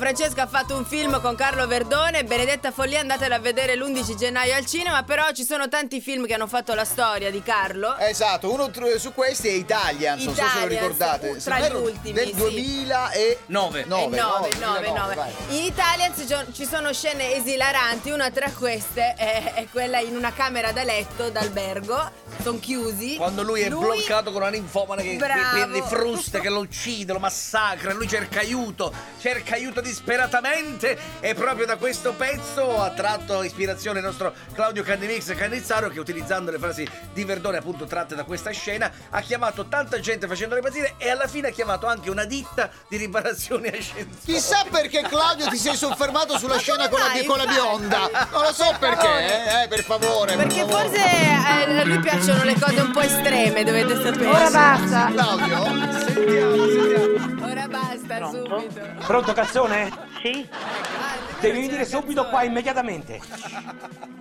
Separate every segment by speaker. Speaker 1: Francesco ha fatto un film con Carlo Verdone, Benedetta Follia, andatela a vedere l'11 gennaio al cinema, però ci sono tanti film che hanno fatto la storia di Carlo.
Speaker 2: Esatto, uno tr- su questi è Italians, non so se lo
Speaker 1: Italians,
Speaker 2: ricordate.
Speaker 1: u-
Speaker 2: Se
Speaker 1: tra
Speaker 2: non erro,
Speaker 1: gli ultimi,
Speaker 2: Del
Speaker 1: sì.
Speaker 2: 2009.
Speaker 3: Eh,
Speaker 1: Eh, nove,
Speaker 2: 2009,
Speaker 1: nove, nove.
Speaker 2: vai.
Speaker 1: In Italia ci gio- ci sono scene esilaranti, una tra queste è, è quella in una camera da letto d'albergo, sono chiusi.
Speaker 3: Quando lui è bloccato con una ninfomana che
Speaker 1: Bravo.
Speaker 3: prende fruste, che lo uccide, lo massacra, lui cerca aiuto, cerca aiuto disperatamente e proprio da questo pezzo ha tratto ispirazione il nostro Claudio Candimix Cannizzaro che utilizzando le frasi di Verdone appunto tratte da questa scena ha chiamato tanta gente facendole impazzire e alla fine ha chiamato anche una ditta di riparazioni ascensori.
Speaker 2: Chissà perché Claudio ti sei soffermato sulla
Speaker 1: Ma
Speaker 2: scena
Speaker 1: come
Speaker 2: con la,
Speaker 1: mai,
Speaker 2: con la
Speaker 1: infatti?
Speaker 2: bionda. Non lo so perché, eh, eh, per favore. per
Speaker 1: Perché
Speaker 2: favore.
Speaker 1: forse eh, a lui piacciono le cose un po' estreme, dovete sapere.
Speaker 4: Ora basta.
Speaker 2: Claudio?
Speaker 3: Sentiamo, sentiamo.
Speaker 1: Ora basta, subito.
Speaker 5: Pronto cazzone?
Speaker 6: Sì?
Speaker 1: Ah,
Speaker 5: Devi venire subito qua immediatamente.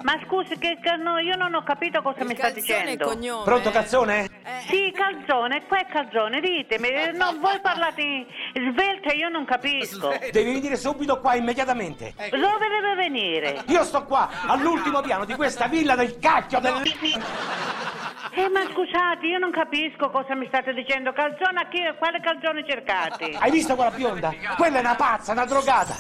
Speaker 6: Ma scusi, che, che no, io non ho capito cosa mi sta
Speaker 1: Calzone e
Speaker 6: dicendo.
Speaker 1: cognome.
Speaker 5: Pronto cazzone?
Speaker 1: Eh,
Speaker 6: Sì, calzone, qua è calzone, ditemi, eh, non voi parlate svelte, io non capisco.
Speaker 3: Sve-
Speaker 5: Devi venire subito qua immediatamente.
Speaker 6: Dove deve venire?
Speaker 5: Io sto qua, all'ultimo piano di questa villa del cacchio del...
Speaker 6: Eh, ma scusate, io non capisco cosa mi state dicendo. Calzone, a chi, quale calzone cercate?
Speaker 5: Hai visto quella bionda? Quella è una pazza, una drogata.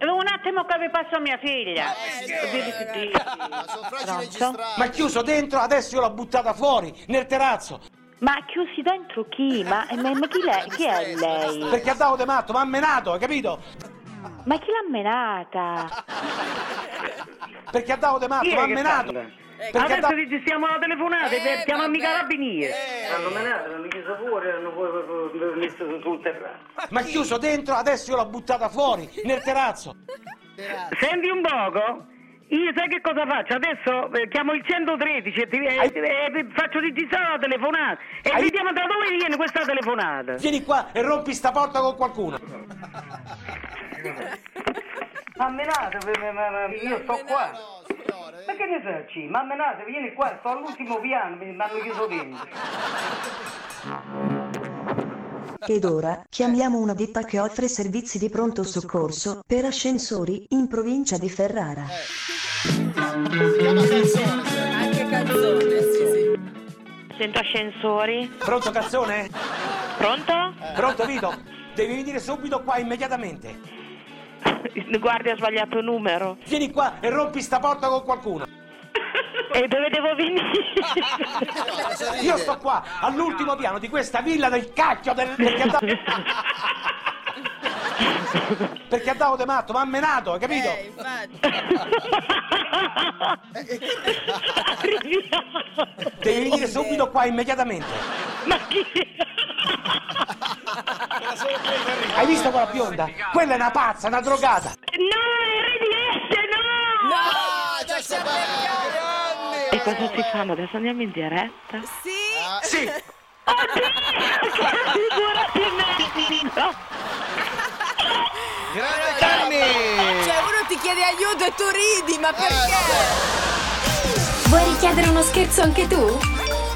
Speaker 6: Un attimo che vi passo mia figlia. Sì,
Speaker 2: Ma sono frasi
Speaker 5: Ma
Speaker 2: registrate.
Speaker 5: è chiuso dentro, adesso io l'ho buttata fuori, nel terrazzo.
Speaker 6: Ma chiusi dentro chi? Ma, ma- ma chi, lei- chi è lei?
Speaker 5: Perché andavo de matto, mi ha menato, hai capito?
Speaker 6: Ma chi l'ha menata?
Speaker 5: Perché andavo de matto, mi ha menato.
Speaker 7: Eh,
Speaker 5: Perché
Speaker 6: Adesso
Speaker 5: andavo...
Speaker 6: registriamo la telefonata
Speaker 1: Eh,
Speaker 6: e chiamami i
Speaker 1: vabbè. Eh.
Speaker 6: carabinieri.
Speaker 7: Hanno menato, hanno chiuso fuori, hanno poi messo sul terrazzo.
Speaker 5: Ma è chiuso dentro, adesso io l'ho buttata fuori, nel terrazzo.
Speaker 7: Senti un poco. Io sai che cosa faccio? Adesso eh, chiamo il 113 e, ti, e-
Speaker 5: Hai-
Speaker 7: e- e faccio registrare la telefonata e
Speaker 5: Hai-
Speaker 7: vediamo da dove viene questa telefonata.
Speaker 5: Vieni qua e rompi sta porta con qualcuno.
Speaker 7: Ma menatevi, ma- ma- ma io sto qua.
Speaker 2: No, signore.
Speaker 7: Ma che ne facci? Ma menatevi, vieni qua, sto all'ultimo piano, mi mi hanno chiuso dentro.
Speaker 8: Ed ora chiamiamo una ditta che offre servizi di pronto soccorso per ascensori in provincia di Ferrara.
Speaker 2: Si chiama Calzone. sì.
Speaker 1: Anche calzone, sì, sì.
Speaker 6: Sento ascensori.
Speaker 5: Pronto cazzone?
Speaker 6: Pronto?
Speaker 5: Pronto Vito? Devi venire subito qua immediatamente.
Speaker 1: Eh.
Speaker 6: Guardi, ho sbagliato numero.
Speaker 5: Vieni qua e rompi sta porta con qualcuno.
Speaker 6: E dove devo venire?
Speaker 2: No, cosa ride?
Speaker 5: Io sto qua, all'ultimo piano di questa villa del cacchio del... Perché andavo... Perché andavo de matto, mi ha menato, hai capito?
Speaker 1: Eh, infatti.
Speaker 5: Devi venire subito qua immediatamente.
Speaker 6: Ma chi?
Speaker 5: Hai visto quella bionda? Quella è una pazza, una drogata.
Speaker 6: No, RDS, no!
Speaker 1: No!
Speaker 2: Ah, già
Speaker 1: Lascia
Speaker 2: sapeva,
Speaker 1: perdere.
Speaker 2: grande.
Speaker 6: E cosa facciamo? Adesso andiamo in diretta?
Speaker 1: Sì!
Speaker 2: Ah,
Speaker 5: Sì,
Speaker 6: Figurati no!
Speaker 3: Grande Canni!
Speaker 1: Cioè uno ti chiede aiuto e tu ridi, ma perché?
Speaker 9: Vuoi richiedere uno scherzo anche tu?